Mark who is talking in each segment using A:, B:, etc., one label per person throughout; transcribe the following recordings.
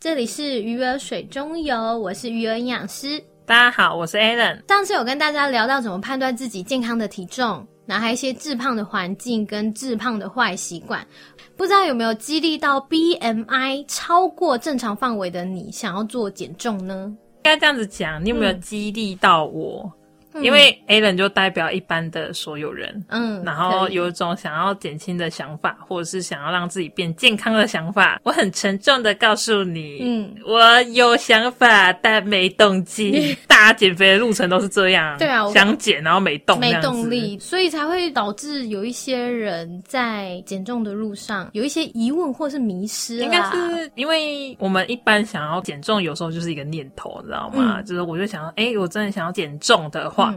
A: 这里是鱼儿水中游，我是鱼儿营养师。
B: 大家好，我是 Alan。
A: 上次有跟大家聊到怎么判断自己健康的体重，然后还有一些致胖的环境跟致胖的坏习惯。不知道有没有激励到 BMI 超过正常范围的你，想要做减重呢？
B: 应该这样子讲，你有没
A: 嗯
B: 有激励到我？因为 Alan 就代表一般的所有人，
A: 嗯，
B: 然后
A: 可以
B: 有一种想要减轻的想法，或者是想要让自己变健康的想法。我很沉重的告诉你，
A: 嗯，
B: 我有想法但没动机。大家减肥的路程都是这样，
A: 对啊我
B: 想减然后没动，
A: 没
B: 这样子
A: 动。力，所以才会导致有一些人在减重的路上有一些疑问或是迷失啦。
B: 应该是因为我们一般想要减重，有时候就是一个念头，你知道吗？
A: 嗯
B: 就是我就想要，哎、我真的想要减重的话，
A: 嗯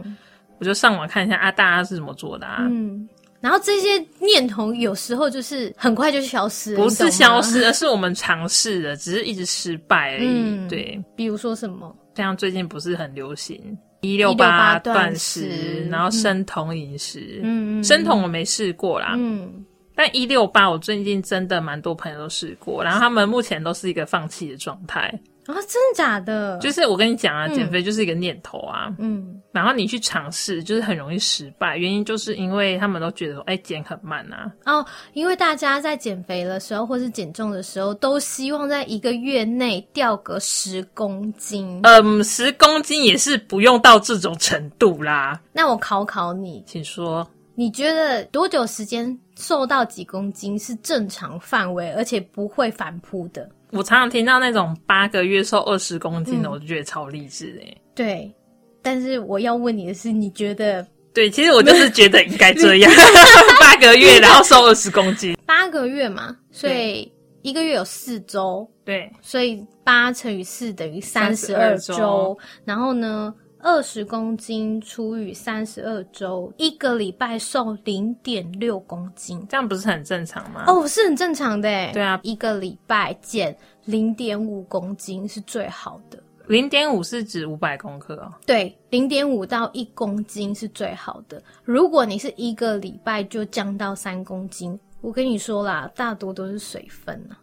B: 我就上网看一下啊，大家是怎么做的啊？
A: 嗯，然后这些念头有时候就是很快就消失了，
B: 不
A: 你懂
B: 是
A: 吗
B: 消。失，而是我们尝试了，只是一直失败而已。
A: 嗯
B: 对，
A: 比如说什么？
B: 像最近不是很流行一六
A: 168
B: 断
A: 食
B: 食，然后生酮饮食。
A: 嗯嗯
B: 生酮我没试过啦，
A: 嗯，
B: 但一六八我最近真的蛮多朋友都试过，然后他们目前都是一个放弃的状态。
A: 啊，真的假的？
B: 就是我跟你讲啊，
A: 嗯
B: 减肥就是一个念头啊，
A: 嗯
B: 然后你去尝试，就是很容易失败。原因就是因为他们都觉得说，哎、减很慢啊，
A: 哦，因为大家在减肥的时候或是减重的时候，都希望在一个月内掉个十公斤。
B: 嗯，十公斤也是不用到这种程度啦。
A: 那我考考你，
B: 请说，
A: 你觉得多久时间瘦到几公斤是正常范围，而且不会反扑的？
B: 我常常听到那种八个月瘦二十公斤的，
A: 嗯
B: 我就觉得超励志哎、
A: 对，但是我要问你的是，你觉得
B: 对，其实我就是觉得应该这样， 八个月然后瘦二十公斤。
A: 八个月嘛，所以一个月有四周，
B: 对，
A: 所以八乘以四等于三十二
B: 32
A: 周
B: 周。
A: 然后呢，二十公斤除以三十二周，一个礼拜瘦零点六公斤。
B: 这样不是很正常吗？
A: 哦，是很正常的诶。
B: 嗯对啊
A: 一个礼拜减零点五公斤是最好的。
B: 零点五是指五百公克哦。
A: 对，零点五到一公斤是最好的。如果你是一个礼拜就降到三公斤，我跟你说啦，大多都是水分啊。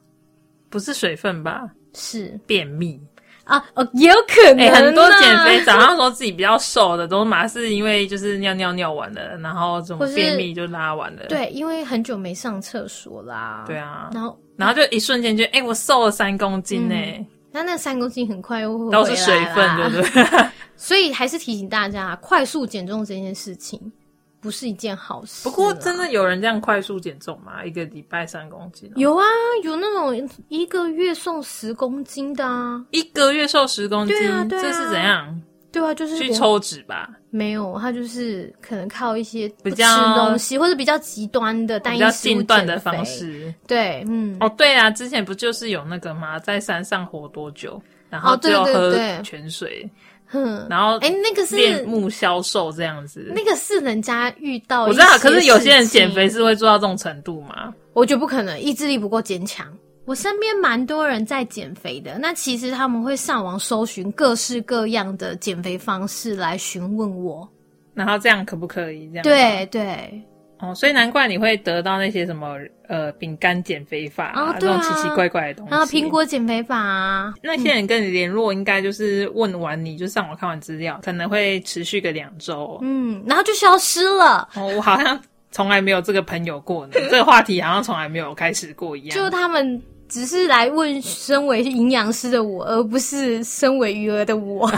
B: 不是水分吧？
A: 是
B: 便秘，
A: 啊，哦，也有可能、
B: 哎、
A: 啊
B: 很多减肥早上说自己比较瘦的，都嘛是因为就是尿尿尿完了，然后这
A: 或
B: 种
A: 是
B: 便秘就拉完了。
A: 对，因为很久没上厕所啦。
B: 对，啊，
A: 然后
B: 然后就一瞬间就哎、我瘦了三公斤
A: 嗯
B: 欸呢、
A: 那那三公斤很快又会
B: 都是水分，对
A: 对
B: 不对？
A: 所以还是提醒大家，快速减重这件事情不是一件好事啊
B: 不
A: 啦。
B: 过真的有人这样快速减重吗？一个礼拜三公斤哦、
A: 有啊，有那种一个月送十公斤的啊，
B: 一个月瘦十公斤，
A: 对啊对啊
B: 这是怎样？
A: 对啊，就是
B: 去
A: 我
B: 抽脂吧，
A: 没有，他就是可能靠一些不
B: 比
A: 吃
B: 较
A: 东西或者比较极端的单
B: 比
A: 一
B: 较
A: 食物
B: 近段的
A: 减肥。
B: 方式。
A: 对，嗯，
B: 哦，对啊，之前不就是有那个吗？在山上活多久，然
A: 哦
B: 后
A: 对
B: 就
A: 对
B: 喝
A: 对
B: 泉水，
A: 哼，
B: 然后
A: 哎、那个是
B: 恋慕消瘦这样子。
A: 那个是人家遇到
B: 我知道
A: 一，些
B: 可是有些人
A: 事情
B: 减肥是会做到这种程度吗？
A: 我觉得不可能，意志力不够坚强。我身边蛮多人在减肥的，那其实他们会上网搜寻各式各样的减肥方式来询问我。
B: 然后这样可不可以？这样
A: 对对，
B: 哦，所以难怪你会得到那些什么呃饼干减肥法、
A: 哦
B: 这
A: 对啊
B: 种奇奇怪怪的东西。
A: 然后苹果减肥法啊，
B: 那些人跟你联络，应该就是问完你就上网看完资料，可能会持续个两周。
A: 嗯，然后就消失了。
B: 哦，我好像从来没有这个朋友过 呢，这个话题好像从来没有开始过一样。
A: 就他们只是来问身为营养师的我，而不是身为鱼儿的 我。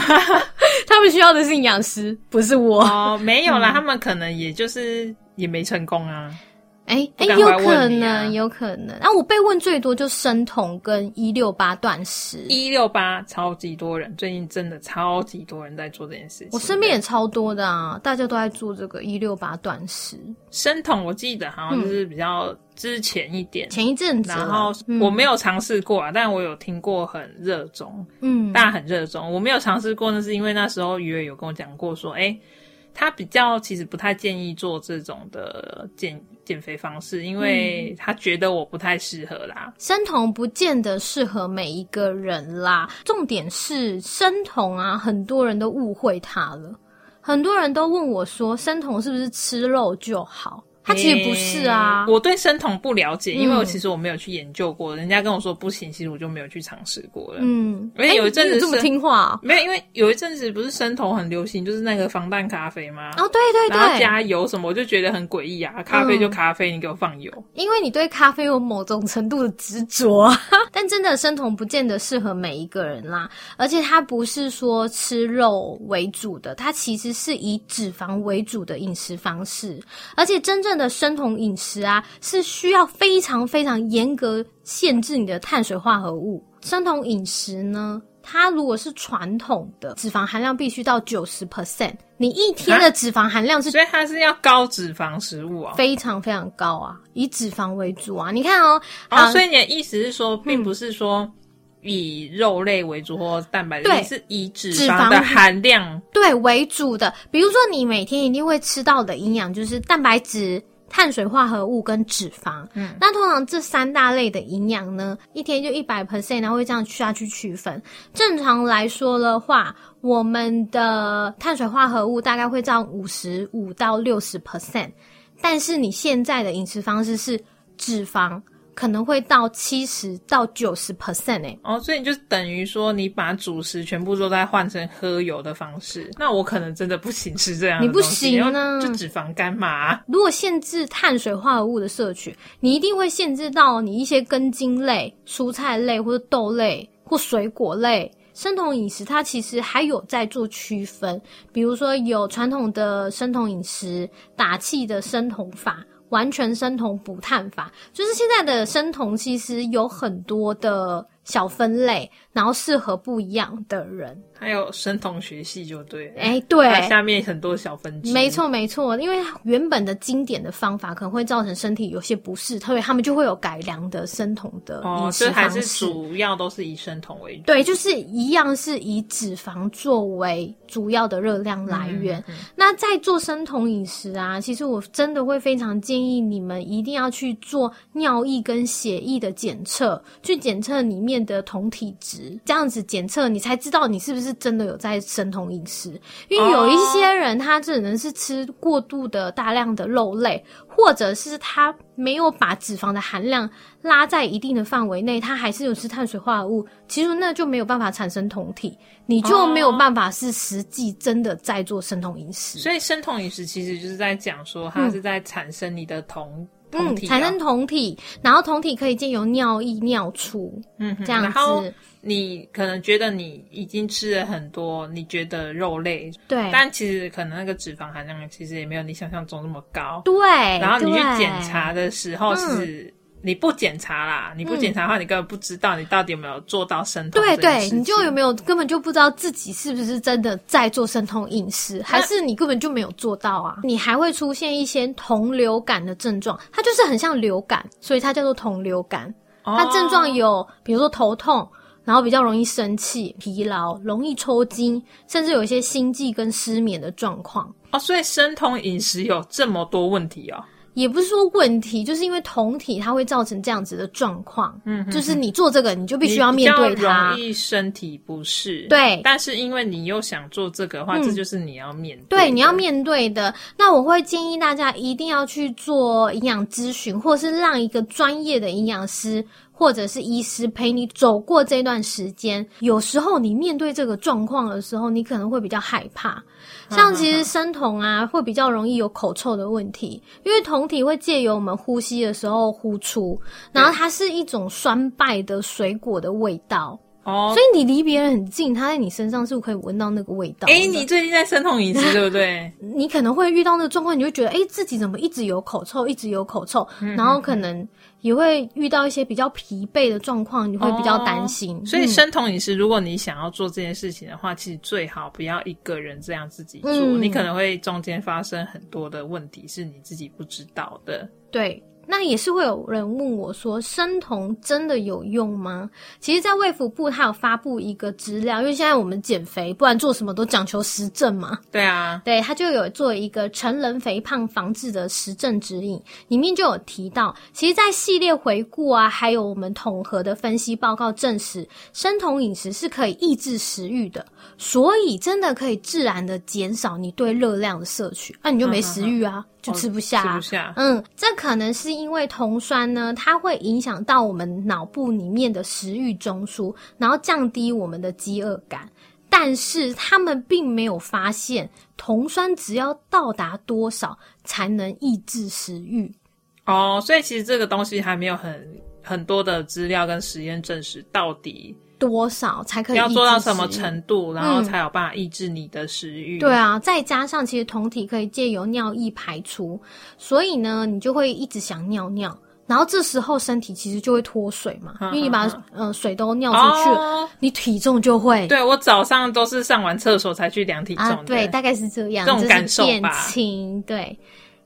A: 他们需要的是营养师，不是我。
B: 哦，没有啦，
A: 嗯
B: 他们可能也就是也没成功啊。
A: 哎哎、
B: 不敢
A: 有
B: 怀
A: 可
B: 问你啊
A: 能，有可能。啊，我被问最多就生酮跟一六八断食，
B: 一六八超级多人，最近真的超级多人在做这件事情。
A: 我身边也超多的啊，大家都在做这个一六八断食。
B: 生酮，我记得好像就是比较之前一点，
A: 前一阵子啦，嗯
B: 然后我没有尝试过啊，但我有听过很热衷，
A: 嗯
B: 大家很热衷。我没有尝试过，那是因为那时候鱼儿有跟我讲过说，哎、他比较其实不太建议做这种的减减肥方式，因
A: 嗯
B: 为他觉得我不太适合啦。
A: 生酮不见得适合每一个人啦。重点是生酮啊，很多人都误会它了。很多人都问我说，生酮是不是吃肉就好？它其实不是啊
B: 诶。我对生酮不了解，因为我
A: 嗯
B: 其实我没有去研究过，人家跟我说不行，其实我就没有去尝试过了。
A: 嗯，
B: 因为
A: 哎
B: 有一阵子
A: 你这么
B: 是
A: 听话哦
B: 没有，因为有一阵子不是生酮很流行，就是那个防弹咖啡吗？
A: 哦，对对嗯
B: 然后
A: 对，
B: 加油什么，我就觉得很诡异啊！咖啡就咖啡，你给我放油，
A: 因为你对咖啡有某种程度的执着，啊 但真的生酮不见得适合每一个人啦。而且它不是说吃肉为主的，它其实是以脂肪为主的饮食方式。而且真正的生酮饮食啊，是需要非常非常严格限制你的碳水化合物。生酮饮食呢？它如果是传统的，脂肪含量必须到九十 percent，你一天的脂肪含量是
B: 所以它是要高脂肪食物啊。
A: 非常非常高啊，以脂肪为主啊。你看哦，
B: 哦，
A: 好
B: 所以你的意思是说，
A: 嗯
B: 并不是说以肉类为主或蛋白质，
A: 对
B: 你是以脂
A: 脂
B: 肪
A: 肪
B: 的含量
A: 对为主的，比如说你每天一定会吃到的营养就是蛋白质。碳水化合物跟脂肪，嗯，那通常这三大类的营养呢，一天就一百 percent，然后会这样下去区分。正常来说的话，我们的碳水化合物大概会占五十五到六十 percent，但是你现在的饮食方式是脂肪可能会到七十到九十 percent 哎，
B: 哦，所以你就等于说，你把主食全部都在换成喝油的方式。那我可能真的不行吃这样的
A: 你不
B: 东西
A: 行啊
B: 因为就脂肪肝嘛。
A: 如果限制碳水化合物的摄取，你一定会限制到你一些根茎类、蔬菜类或者豆类或水果类。生酮饮食它其实还有在做区分，比如说有传统的生酮饮食、打气的生酮法、完全生酮补碳法，就是现在的生酮其实有很多的小分类，然后适合不一样的人。
B: 还有生酮学系就对了，
A: 哎、对，
B: 它下面很多小分支，
A: 没。错，没错，因为原本的经典的方法可能会造成身体有些不适，特别他们就会有改良的生酮的
B: 哦，
A: 饮
B: 所
A: 食
B: 以还
A: 方
B: 是
A: 式。
B: 主要都是以生酮为主。
A: 对，就是一样是以脂肪作为主要的热量来源。那在做生酮饮食啊，其实我真的会非常建议你们一定要去做尿液跟血液的检测，去检测里面的酮体值，这样子检测你才知道你是不是真的有在生酮饮食。因为有一些人他只能是吃过度的大量的肉类，或者是他没有把脂肪的含量拉在一定的范围内，他还是有吃碳水化合物，其实那就没有办法产生酮体，你就没有办法是实际真的在做生酮饮食。
B: 哦所以生酮饮食其实就是在讲说，它是在产生你的酮酮
A: 嗯，
B: 体啊，
A: 产生酮体，然后酮体可以借由尿液、尿出
B: 嗯哼
A: 这样
B: 然后
A: 子，
B: 你可能觉得你已经吃了很多，你觉得肉类，
A: 对
B: 但其实可能那个脂肪含量其实也没有你想象中那么高。
A: 对，
B: 然后你去
A: 对
B: 检查的时候，其实你不检查啦，你不检查的话，你根本不知道你到底有没有做到生酮
A: 对
B: 这件事
A: 对，
B: 情。
A: 你就有没有根本就不知道自己是不是真的在做生酮饮食，还是你根本就没有做到啊？你还会出现一些酮流感的症状，它就是很像流感，所以它叫做酮流感。
B: 哦
A: 它症状有比如说头痛，然后比较容易生气、疲劳、容易抽筋，甚至有一些心悸跟失眠的状况。
B: 哦，所以生酮饮食有这么多问题哦。
A: 也不是说问题，就是因为酮体它会造成这样子的状况，嗯，就是你做这个你就必须要面对
B: 你比较
A: 它
B: 容，易身体不适。
A: 对嗯
B: 但是因为你又想做这个的话，这就是你要面对的。
A: 对，你要面对的。那我会建议大家一定要去做营养咨询，或是让一个专业的营养师或者是医师陪你走过这段时间。有时候你面对这个状况的时候，你可能会比较害怕。像其实生酮啊，会比较容易有口臭的问题，因为酮体会借由我们呼吸的时候呼出，然后它是一种酸败的水果的味道，
B: 哦
A: 所。以你离别人很近，它在你身上是可以闻到那个味道的。
B: 哎、你最近在生酮饮 食对不对？
A: 你可能会遇到那个状况，你就觉得，哎、自己怎么一直有口臭，一直有口臭，
B: 嗯
A: 然后可能也会遇到一些比较疲惫的状况，你会比较担心。
B: 哦所以
A: 嗯
B: 生酮饮食，如果你想要做这件事情的话，其实最好不要一个人这样自己做，
A: 嗯
B: 你可能会中间发生很多的问题是你自己不知道的。
A: 对，那也是会有人问我说，生酮真的有用吗？其实，在卫福部它有发布一个资料，因为现在我们减肥，不然做什么都讲求实证嘛。
B: 对啊，
A: 对，它就有做一个成人肥胖防治的实证指引，里面就有提到，其实，在系列回顾啊，还有我们统合的分析报告证实，生酮饮食是可以抑制食欲的，所以真的可以自然的减少你对热量的摄取，那、你就没食欲啊，就吃不下、
B: 哦吃不下。
A: 嗯，这可能是因为酮酸呢，它会影响到我们脑部里面的食欲中枢，然后降低我们的饥饿感。但是他们并没有发现，酮酸只要到达多少才能抑制食欲。
B: 哦，所以其实这个东西还没有很很多的资料跟实验证实到底
A: 多少才可以
B: 要做到什么
A: 抑制食欲
B: 程度，然后才有办法抑制你的食欲。
A: 对啊，再加上其实酮体可以借由尿液排出，所以呢，你就会一直想尿尿，然后这时候身体其实就会脱水嘛，因为你把嗯、呃水都尿出去了，
B: 哦，
A: 你体重就会
B: 对我早上都是上完厕所才去量体重
A: 啊，
B: 的
A: 对，，大概是这样，
B: 这种
A: 是
B: 感受吧
A: 变轻，对。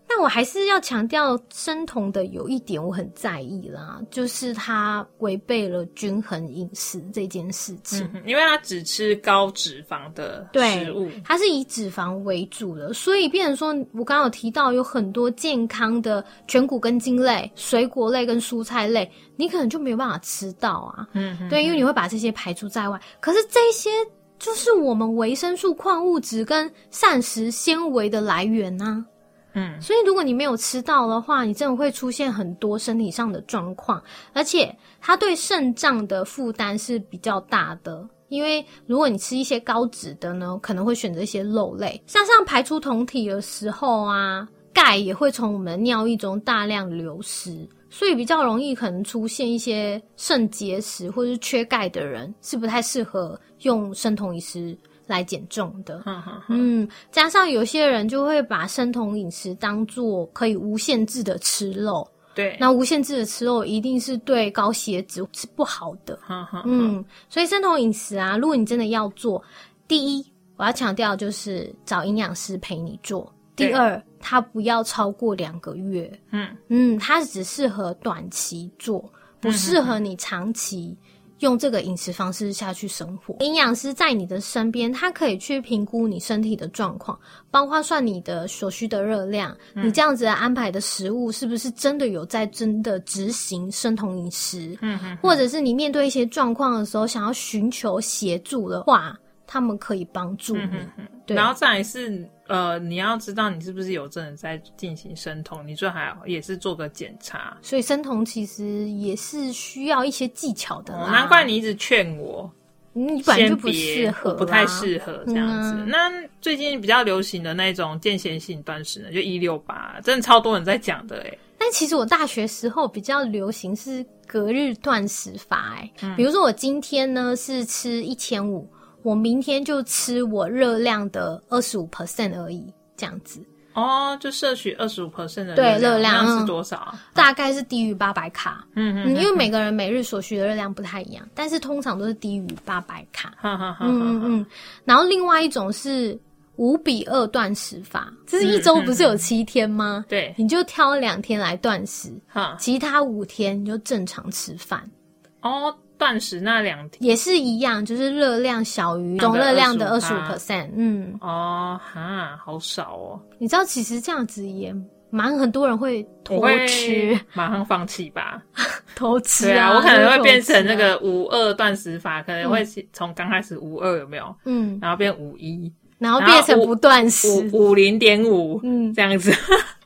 A: 但我还是要强调，生酮的有一点我很在意啦，就是它违背了均衡饮食这件事情。
B: 嗯哼因为它只吃高脂肪的
A: 对
B: 食物。
A: 它是以脂肪为主的，所以变成说，我刚刚有提到有很多健康的全谷根茎类、水果类跟蔬菜类，你可能就没有办法吃到啊。
B: 嗯哼，
A: 对，因为你会把这些排除在外。可是这些就是我们维生素、矿物质跟膳食纤维的来源呐、
B: 嗯，
A: 所以如果你没有吃到的话，你真的会出现很多身体上的状况，而且它对肾脏的负担是比较大的。因为如果你吃一些高脂的呢，可能会选择一些肉类，加上排出酮体的时候啊，钙也会从我们的尿液中大量流失，所以比较容易可能出现一些肾结石或是缺钙的人，是不太适合用生酮饮食来减重的。
B: 嗯哼，
A: 嗯，加上有些人就会把生酮饮食当做可以无限制的吃肉，
B: 对，
A: 那无限制的吃肉一定是对高血脂是不好的。
B: 嗯哼，
A: 嗯，所以生酮饮食啊，如果你真的要做，第一我要强调就是找营养师陪你做，第
B: 对
A: 二它不要超过两个月，
B: 嗯
A: 嗯，它只适合短期做，不适
B: 嗯
A: 合你长期用这个饮食方式下去生活。营养师在你的身边，他可以去评估你身体的状况，包括算你的所需的热量，
B: 嗯
A: 你这样子安排的食物是不是真的有在真的执行生酮饮食，
B: 嗯哼，
A: 或者是你面对一些状况的时候，想要寻求协助的话，他们可以帮助你。对
B: 嗯然后再来是呃，你要知道你是不是有真的在进行生酮，你最好也是做个检查。
A: 所以生酮其实也是需要一些技巧的啦。
B: 哦难怪你一直劝我，
A: 你本来
B: 先
A: 就
B: 别
A: 不适合啊啦，
B: 我不太适合这样子。
A: 嗯啊
B: 那最近比较流行的那种间歇性断食呢，就一六八，真的超多人在讲的哎、
A: 但其实我大学时候比较流行是隔日断食法、欸，比如说我今天呢是吃一千五，我明天就吃我热量的二十五 percent 而已，这样子
B: 哦，就摄取二十五 percent 的
A: 对热量
B: 量，那
A: 嗯
B: 是多少啊？
A: 大概是低于八百卡。
B: 嗯嗯
A: 嗯，因为每个人每日所需的热量不太一样，但是通常都是低于八百卡。
B: 哈哈哈哈
A: 嗯嗯
B: 哈。
A: 嗯，然后另外一种是五比二断食法，就是一周不是有七天吗？
B: 对，
A: 你就挑两天来断食，
B: 哈
A: 其他五天你就正常吃饭，
B: 哦，断食那两天
A: 也是一样，就是热量小于总热量的二十五 percent。嗯，
B: 哦，哈，好少哦，
A: 你知道其实这样子也蛮很多人会
B: 我
A: 偷
B: 会
A: 吃，
B: 马上放弃 吧。
A: 偷吃
B: 对
A: 啊，
B: 啊，我可能会变成
A: 偷吃
B: 那
A: 啊。
B: 个五二断食法，可能会从刚开始五二有没有，
A: 嗯，
B: 然后变五一、
A: 然后变成
B: 然后
A: 不断食。
B: 五五零点五
A: 嗯，
B: 这样子。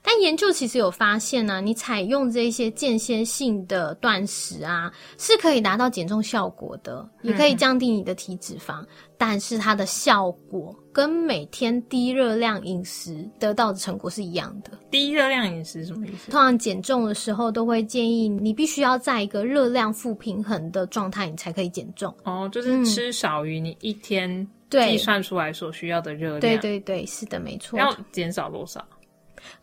A: 但研究其实有发现呢、啊，你采用这些间歇性的断食啊，是可以达到减重效果的，也
B: 嗯
A: 可以降低你的体脂肪，但是它的效果跟每天低热量饮食得到的成果是一样的。
B: 低热量饮食什么意思？
A: 通常减重的时候都会建议你必须要在一个热量负平衡的状态，你才可以减重。
B: 哦，就是吃少于你一天
A: 对
B: 计算出来所需要的热量，
A: 对对对，是的，没错。
B: 要减少多少？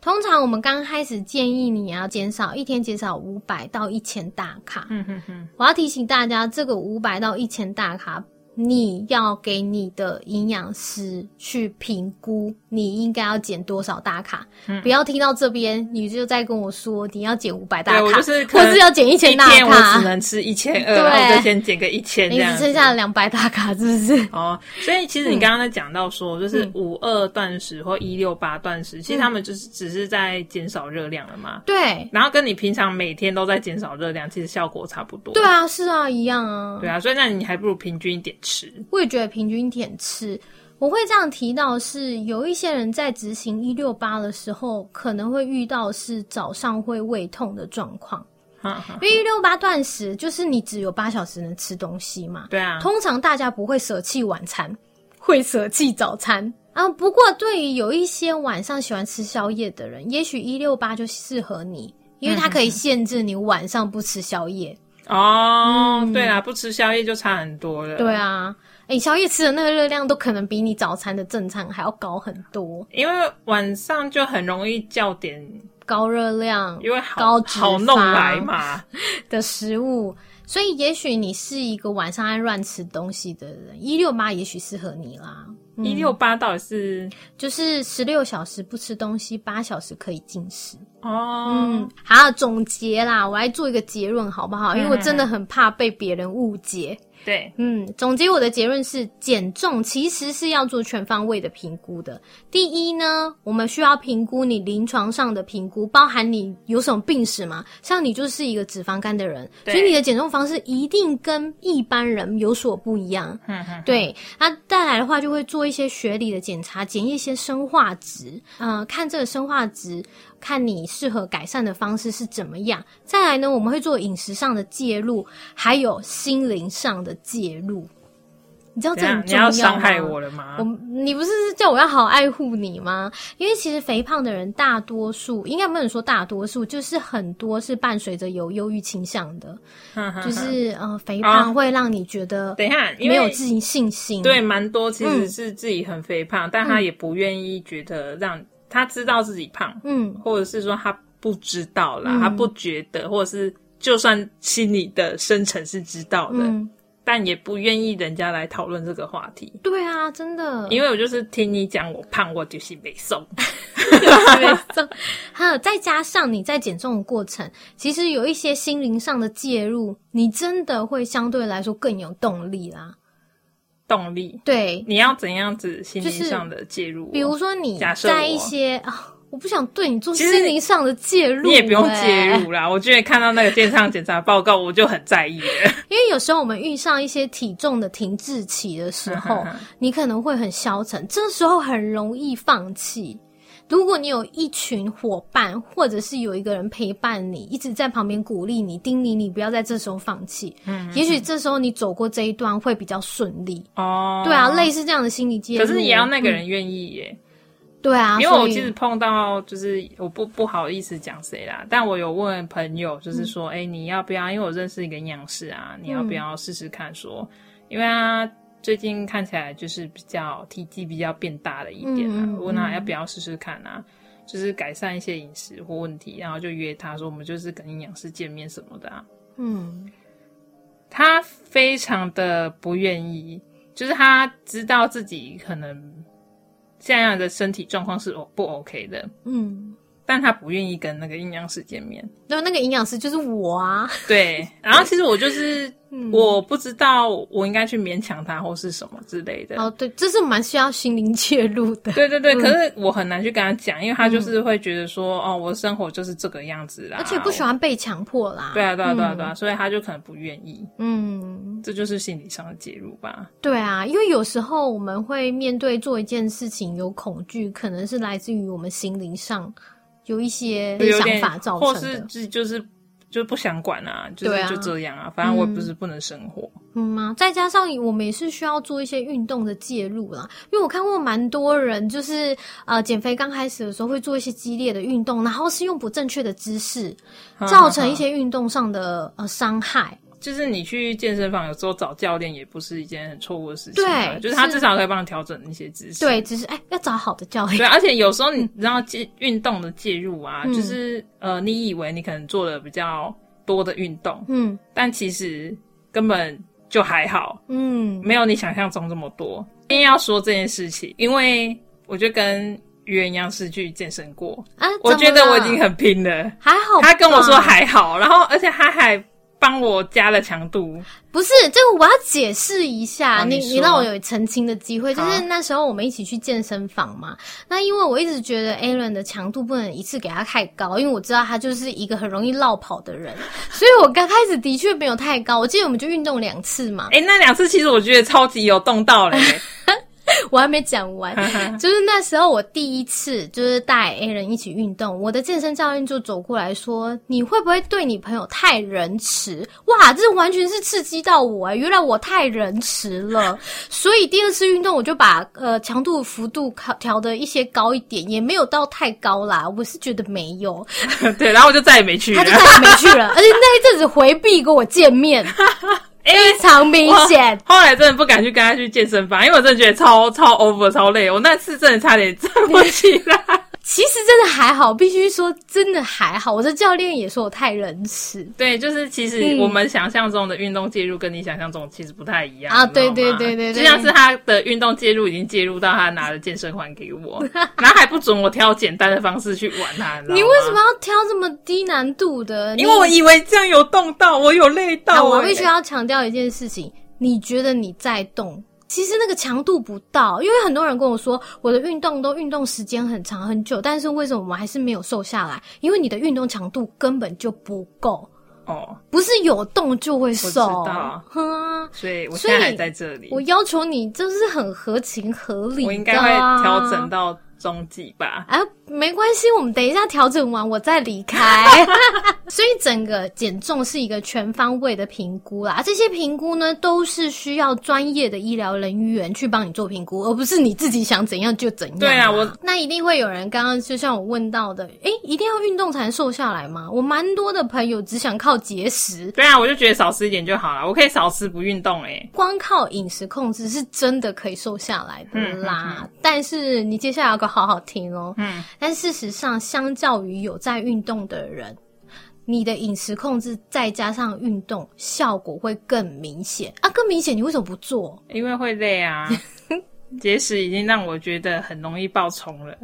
A: 通常我们刚开始建议你要减少一天减少五百到一千大卡。
B: 嗯哼哼，
A: 我要提醒大家，这个五百到一千大卡，你要给你的营养师去评估你应该要减多少大卡，
B: 嗯
A: 不要听到这边你就在跟我说你要减五百大卡，
B: 对我就是可
A: 或
B: 能
A: 是要减一
B: 一
A: 千大
B: 天我只
A: 卡，
B: 能吃一千二，
A: 对
B: 然后我就先减个一千
A: 你
B: 这
A: 只
B: 样子。
A: 剩下两百大卡，是不 是？
B: 哦，所以其实你刚刚在讲到
A: 嗯
B: 说，就是五二断食或一六八断食，其实他们就是只是在减少热量了嘛。
A: 对，
B: 然后跟你平常每天都在减少热量，其实效果差不多。
A: 对啊，是啊，一样啊。
B: 对啊，所以那你还不如平均一点吃。
A: 我也觉得平均点吃。我会这样提到是，有一些人在执行一六八的时候，可能会遇到是早上会胃痛的状况，
B: 哈哈
A: 因为一六八断食就是你只有八小时能吃东西嘛。
B: 对啊，
A: 通常大家不会舍弃晚餐，会舍弃早餐啊。不过对于有一些晚上喜欢吃宵夜的人，也许一六八就适合你，因为它可以限制你晚上不吃宵夜。
B: 哦，对啦，不吃宵夜就差很多了。
A: 嗯对，啊，哎、宵夜吃的那个热量都可能比你早餐的正餐还要高很多，
B: 因为晚上就很容易叫点，
A: 高热量
B: 因为好
A: 高脂肪
B: 好弄来嘛。
A: 的食物。所以，也许你是一个晚上爱乱吃东西的人，一六八也许适合你啦。
B: 一六八到底是
A: 就是十六小时不吃东西，八小时可以进食。
B: 哦，
A: 嗯，好，总结啦，我来做一个结论好不好？因为我真的很怕被别人误解。
B: 对，
A: 嗯，总结我的结论是，减重其实是要做全方位的评估的。第一呢，我们需要评估你临床上的评估，包含你有什么病史嘛？像你就是一个脂肪肝的人，
B: 对
A: 所以你的减重方式一定跟一般人有所不一样。
B: 嗯哼，
A: 对，那再来的话就会做一些学理的检查，检验一些生化值，呃，看这个生化值，看你适合改善的方式是怎么样。再来呢，我们会做饮食上的介入，还有心灵上的介入。你知道
B: 怎
A: 这很
B: 样？啊你
A: 重
B: 要
A: 吗
B: 伤害我了吗
A: 我？你不是叫我要好爱护你吗？因为其实肥胖的人大多数，应该不能说大多数，就是很多是伴随着有忧郁倾向的，
B: 哼哼
A: 就
B: 哼
A: 是呃，肥
B: 啊
A: 胖会让你觉得
B: 嗯等一下，因
A: 没有
B: 为
A: 自己信心。
B: 对蛮多其
A: 嗯
B: 实是自己很肥胖，但他也不愿意觉得让他知道自己胖，
A: 嗯，
B: 或者是说他不知道啦，
A: 嗯
B: 他不觉得，或者是就算心里的深层是知道的，
A: 嗯，
B: 但也不愿意人家来讨论这个话题。
A: 对啊，真的，
B: 因为我就是听你讲我胖，我就是没瘦。
A: 这 还有再加上你在减重的过程，其实有一些心灵上的介入，你真的会相对来说更有动力啦。
B: 动力，
A: 对，
B: 你要怎样子心灵上的介入我？
A: 比如说你
B: 假设我
A: 在一些啊，我不想对你做
B: 其实你
A: 心灵上的介入、
B: 你也不用介
A: 欸
B: 入啦，我觉得看到那个健康检查报告，我就很 在意了。
A: 因为有时候我们遇上一些体重的停滞期的时 候，你可能会很消沉，这时候很容易放弃。如果你有一群伙伴，或者是有一个人陪伴你，一直在旁边鼓励你、叮咛你，不要在这时候放弃。嗯，也许这时候你走过这一段会比较顺利。
B: 哦，
A: 对啊，嗯类似这样的心理介入。
B: 可是也要那个人愿意耶，
A: 对啊，
B: 因为我
A: 所以
B: 其实碰到就是我不不好意思讲谁啦，但我有问朋友，
A: 嗯
B: 就是说，哎、你要不要？因为我认识一个营养师啊，你要不要试试看说？因为他最近看起来就是比较体积比较变大了一点啊，
A: 嗯嗯嗯
B: 我问他要不要试试看啊，就是改善一些饮食或问题，然后就约他说，我们就是跟营养师见面什么的啊。
A: 嗯，
B: 他非常的不愿意，就是他知道自己可能现在的身体状况是不 OK 的，
A: 嗯，
B: 但他不愿意跟那个营养师见面。
A: 那那个营养师就是我啊。
B: 对，然后其实 我就是、
A: 嗯
B: 我不知道我应该去勉强他或是什么之类的。
A: 哦，嗯对，这是蛮需要心灵介入的。
B: 对对对，可是我很难去跟他讲，因为他就是会觉得说，哦，我的生活就是这个样子
A: 嗯
B: 啦，
A: 而且不嗯喜
B: 我。
A: 欢被强迫啦。
B: 啊对啊，对啊，对啊，对啊，所以他就可能不愿意，
A: 嗯，
B: 这就是心理上的介入吧。
A: 对啊，因为有时候我们会面对做一件事情有恐惧，可能是来自于我们心灵上有一些
B: 有
A: 想
B: 点，
A: 法造
B: 或
A: 成
B: 是
A: 的。
B: 自己就是就不想管啊，就
A: 对
B: 是
A: 啊
B: 就这样啊，反正我也不是不能生活。
A: 嗯啊，再加上我们也是需要做一些运动的介入啦，因为我看过蛮多人就是呃减肥刚开始的时候会做一些激烈的运动，然后是用不正确的姿势造成一些运动上的呃伤害。
B: 就是你去健身房，有时候找教练也不是一件很错误的事情、啊，
A: 对
B: 就是他
A: 是
B: 至少可以帮你调整一些姿势。
A: 对，只是哎要找好的教练
B: 对，。而且有时候你知道介运动的介入啊，
A: 嗯
B: 就是呃，你以为你可能做了比较多的运动，
A: 嗯
B: 但其实根本就还好，
A: 嗯
B: 没有你想象中这么多。今天要说这件事情，因为我就跟袁营养师去健身过，
A: 啊，
B: 我
A: 怎么
B: 觉得我已
A: 了
B: 经很拼了。
A: 还好吧，啊
B: 他跟我说还好，然后而且他还帮我加了强度。
A: 不是这个，我要解释一下，
B: 好
A: 你
B: 啊你说
A: 你让我有澄清的机会，就
B: 好
A: 是那时候我们一起去健身房嘛，那因为我一直觉得 Aaron 的强度不能一次给他太高，因为我知道他就是一个很容易落跑的人，所以我刚开始的确没有太高，我记得我们就运动两次嘛，
B: 哎、那两次其实我觉得超级有动到嘞、
A: 我还没讲完，就是那时候我第一次就是带 A 人一起运动，我的健身教练就走过来说：“你会不会对你朋友太仁慈？”哇，这完全是刺激到我、欸，原来我太仁慈了。所以第二次运动我就把呃强度幅度调调的一些高一点，也没有到太高啦，我是觉得没有，
B: 对，然后我就再也没去了
A: 他就。再也没去了，而且那一阵子回避跟我见面，
B: 哎
A: 非常明显。
B: 我后来真的不敢去跟他去健身房，因为我真的觉得超超 over 超累，我那次真的差点站 不起来。
A: 其实真的还好，必须说真的还好。我的教练也说我太仁慈
B: 对，就是其实
A: 嗯
B: 我们想象中的运动介入跟你想象中其实不太一样
A: 啊
B: 你知道吗
A: 对对对对对
B: 就像是他的运动介入已经介入到他拿了健身环给 我，然后还不准我挑简单的方式去玩他，知道吗
A: 你为什么？要挑这么低难度的？
B: 啊因为我以为这样有动到，我有累到、
A: 啊
B: 欸。
A: 我必须要强调一件事情：你觉得你在动，其实那个强度不到。因为很多人跟我说，我的运动都运动时间很长很久，但是为什么我还是没有瘦下来？因为你的运动强度根本就不够，
B: 哦，
A: 不是有动就会瘦。
B: 我知道
A: 哼啊
B: 所以我
A: 所
B: 现
A: 以
B: 在还在这里，
A: 我要求你，这是很合情合理的、啊。
B: 我应该会调整到中级吧。
A: 啊，没关系，我们等一下调整完我再离 开。所以整个减重是一个全方位的评估啦，这些评估呢都是需要专业的医疗人员去帮你做评估，而不是你自己想怎样就怎样。
B: 对啊我
A: 那一定会有人刚刚就像我问到的，诶，一定要运动才能瘦下来吗？我蛮多的朋友只想靠节食。
B: 对啊，我就觉得少吃一点就好了，我可以少吃不运动哎、欸
A: 光靠饮食控制是真的可以瘦下来的啦，但是你接下来要个好好听哦。
B: 嗯，
A: 但事实上，相较于有在运动的人，你的饮食控制再加上运动，效果会更明显啊！更明显，你为什么不做？
B: 因为会 累啊。节食已经让我觉得很容易爆冲了，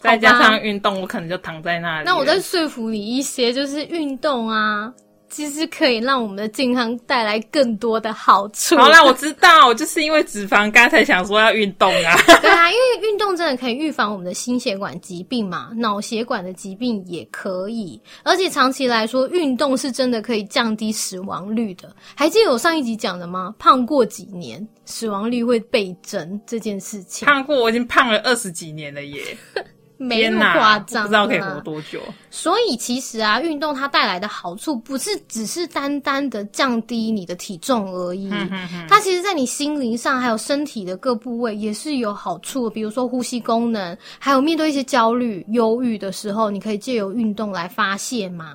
B: 再加上运动，我可能就躺在那里了。
A: 那我再说服你一些，就是运动啊，其实可以让我们的健康带来更多的好处。
B: 好啦，我知道，我就是因为脂肪肝才想说要运动啊。
A: 对啊，因为运动真的可以预防我们的心血管疾病嘛，脑血管的疾病也可以，而且长期来说，运动是真的可以降低死亡率的。还记得我上一集讲的吗？胖过几年，死亡率会倍增这件事情，
B: 胖过，我已经胖了二十几年了耶！
A: 没
B: 天
A: 那
B: 哪
A: 么，夸
B: 我
A: 张啊
B: 不知道可以
A: 啦
B: 活多久。
A: 所以其实啊，运动它带来的好处不是只是单单的降低你的体重而已，
B: 嗯
A: 它其实在你心灵上还有身体的各部位也是有好处，比如说呼吸功能，还有面对一些焦虑、忧郁的时候，你可以借由运动来发泄
B: ，
A: 嘛。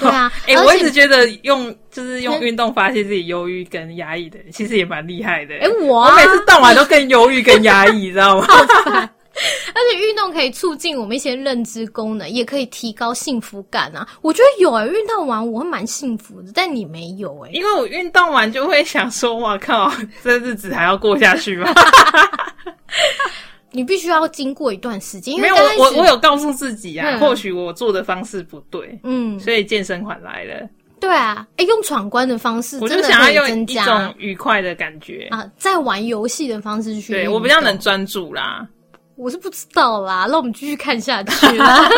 A: 对 啊
B: 哎、
A: 而
B: 我一
A: 且
B: 直觉得用就是用运动发泄自己忧郁跟压抑的人，其实也蛮厉害的。
A: 哎、
B: 欸
A: 我
B: 我
A: 啊
B: 每次动完都更忧郁跟压抑，知道吗？
A: 而且运动可以促进我们一些认知功能，也可以提高幸福感啊。我觉得有哎、运动完我会蛮幸福的，但你没有哎、
B: 因为我运动完就会想说，哇靠，这日子还要过下去 吗？
A: 你必须要经过一段时间，因
B: 没
A: 为
B: 有，
A: 刚开
B: 我
A: 始
B: 我我有告诉自己啊，
A: 嗯
B: 或许我做的方式不对，
A: 嗯。
B: 所以健身环来了，
A: 对啊，哎，用闯关的方式
B: 我
A: 真
B: 就
A: 的
B: 想
A: 可以
B: 要用
A: 增
B: 一
A: 加
B: 种愉快的感觉。
A: 啊，在玩游戏的方式去运
B: 对
A: 动。
B: 我比较能专注啦。
A: 我是不知道啦，那我们继续看下去 啦。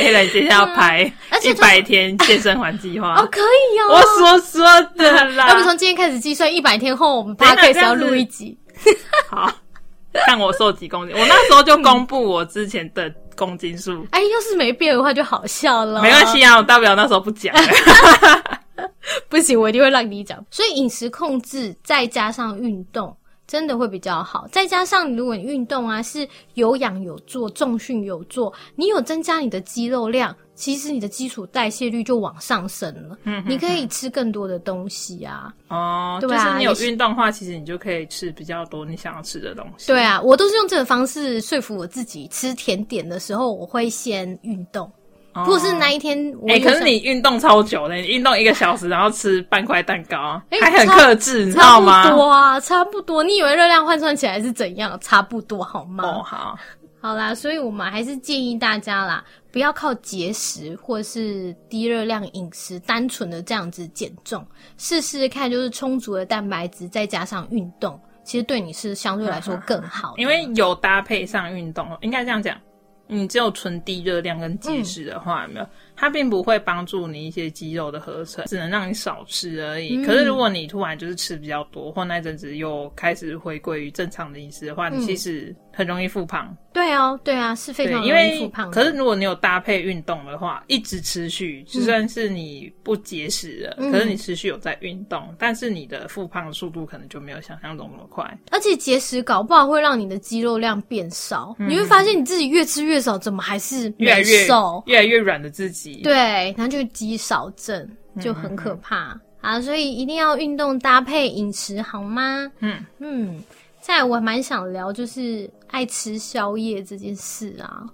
B: 黑人接哎下来要拍
A: 而且
B: 一百天健身环计划
A: 哦，，可以
B: 我
A: 哦。
B: 说哦说的
A: 要不
B: 啦。
A: 从今天开始计算一百天后，我们
B: 等
A: p
B: 一
A: o d
B: 下这
A: c 要
B: 样子
A: 录一集。
B: 好，看我瘦几公斤。我那时候就公布我之前的公斤数，
A: 哎，要是没变的话就好笑了。
B: 没关系啊，我大不了那时候不 讲了。
A: 不行，我一定会让你讲。所以饮食控制再加上运动，真的会比较好。再加上如果你运动啊是有氧有做，重训有做，你有增加你的肌肉量，其实你的基础代谢率就往上升了。嗯，你可以吃更多的东西啊。
B: 哦，
A: 对啊
B: 就是你
A: 也
B: 有
A: 是
B: 运动的话，其实你就可以吃比较多你想要吃的东西。
A: 对啊，我都是用这个方式说服我自己。吃甜点的时候，我会先运动，
B: 哦
A: 或是那一天我
B: 哎、
A: 有
B: 可是
A: 想
B: 你运动超久的，你运动一个小时，然后吃半块蛋糕，
A: 哎
B: 还很
A: 差
B: 克制，你知
A: 差
B: 道
A: 不
B: 吗？
A: 多啊，差不多。你以为热量换算起来是怎样？差不多好吗？
B: 哦，好，
A: 好啦，所以我们还是建议大家啦，不要靠节食或是低热量饮食单纯的这样子减重，试试看，就是充足的蛋白质再加上运动，其实对你是相对来说更好的。
B: 因为有搭配上运动，应该这样讲。你只有纯低热量跟节食的话，有没有？它并不会帮助你一些肌肉的合成，只能让你少吃而
A: 嗯
B: 已。可是如果你突然就是吃比较多，或那阵子又开始回归于正常的饮食的话，你其实很容易复胖。
A: 对哦，对啊，是非
B: 对
A: 常，
B: 因
A: 容易
B: 为
A: 复胖的。
B: 可是如果你有搭配运动的话，一直持续，就算是你不节食了，
A: 嗯
B: 可是你持续有在运动，但是你的复胖速度可能就没有想象中那么快。
A: 而且节食搞不好会让你的肌肉量变少，你会发现你自己越吃越少，怎么还是
B: 嗯越来
A: 没
B: 越
A: 瘦？
B: 越来越软的自己，
A: 对，然后就肌少症就很可怕、啊！所以一定要运动搭配饮食，好吗？
B: 嗯
A: 嗯，再来我蛮想聊就是爱吃宵夜这件事啊。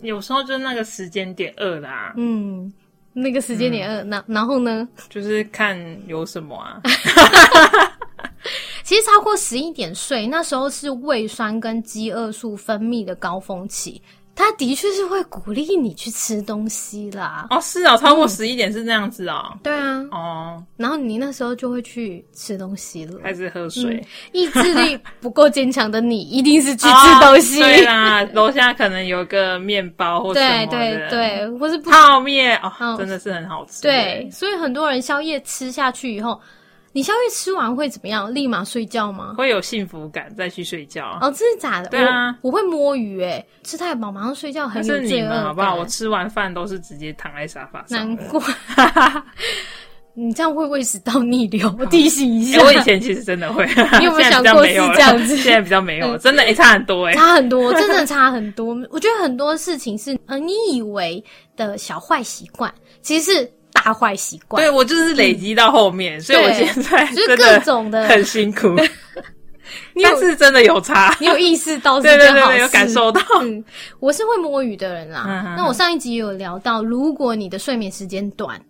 B: 有时候就是那个时间点呃饿啦，
A: 嗯，那个时间点二，那、然后呢？
B: 就是看有什么啊，
A: 其实超过十一点睡，那时候是胃酸跟饥饿素分泌的高峰期，它的确是会鼓励你去吃东西啦。
B: 哦，是哦，超
A: 嗯
B: 过十一点是那样子哦。
A: 对啊，
B: 哦，
A: 然后你那时候就会去吃东西了。
B: 开始喝水，
A: 意志力不够坚强的你，嗯一定是去吃东西。
B: 哦对啦，楼下可能有个面包或什
A: 对
B: 么嗯
A: 对
B: 的，，
A: 对，或是不
B: 泡面哦
A: 嗯，
B: 真的是很好吃。
A: 对，，所以很多人宵夜吃下去以后，你宵夜吃完会怎么样？立马睡觉吗？
B: 会有幸福感再去睡觉。
A: 哦，真的假的？
B: 对啊
A: 我，我会摸鱼诶、吃太饱马上睡觉很
B: 但
A: 有
B: 是你
A: 罪恶
B: 们
A: 感。
B: 好不好？我吃完饭都是直接躺在沙发上
A: 难
B: 的。
A: 怪，你这样会胃食道逆流，我提醒一下
B: 哎，。我以前其实真的会，
A: 你有没有
B: 现在
A: 想
B: 比较
A: 过
B: 没有
A: 是
B: 了
A: 这样子
B: 现在比较没有了，真的哎差很多哎。
A: 差很多，真的差很多。我觉得很多事情是，呃，你以为的小坏习惯，其实是大坏习惯。
B: 对，我就是累积到后面，所以我现在
A: 就是
B: 真
A: 各
B: 的
A: 种的
B: 很辛苦，
A: 你有
B: 但是真的有差。
A: 你有意识到是
B: 对
A: 一
B: 对
A: 件
B: 对
A: 好
B: 对，
A: 事。
B: 有感受到。
A: 嗯，我是会摸鱼的人啦。
B: 嗯嗯嗯
A: 那我上一集有聊到，如果你的睡眠时间短，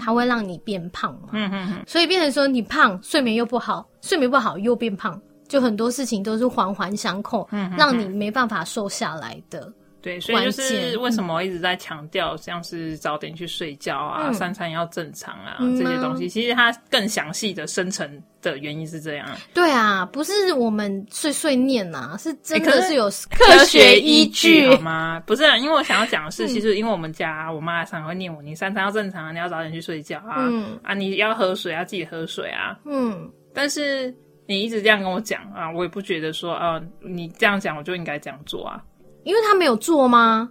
A: 它会让你变胖嘛，
B: 嗯嗯嗯，
A: 所以变成说你胖，睡眠又不好，睡眠不好又变胖，就很多事情都是环环相扣，
B: 嗯
A: 让你没办法瘦下来的。
B: 对，所以就
A: 关
B: 是
A: 键嗯
B: 为什么一直在强调，像是早点去睡觉啊，三餐要正常啊，
A: 嗯嗯啊
B: 这些东西，其实它更详细的深层的原因是这样。
A: 对啊，不是我们碎碎念呐、是真
B: 欸可
A: 的
B: 是
A: 是有
B: 科
A: 科学依据。
B: 好吗？不是、啊，因为我想要讲的
A: 嗯
B: 是，其实因为我们家我妈常常会念我，你三餐要正常啊，你要早点去睡觉啊，
A: 嗯
B: 啊，你要喝水啊，自己喝水啊。
A: 嗯，
B: 但是你一直这样跟我讲啊，我也不觉得说啊，你这样讲我就应该这样做啊。
A: 因为他没有做吗？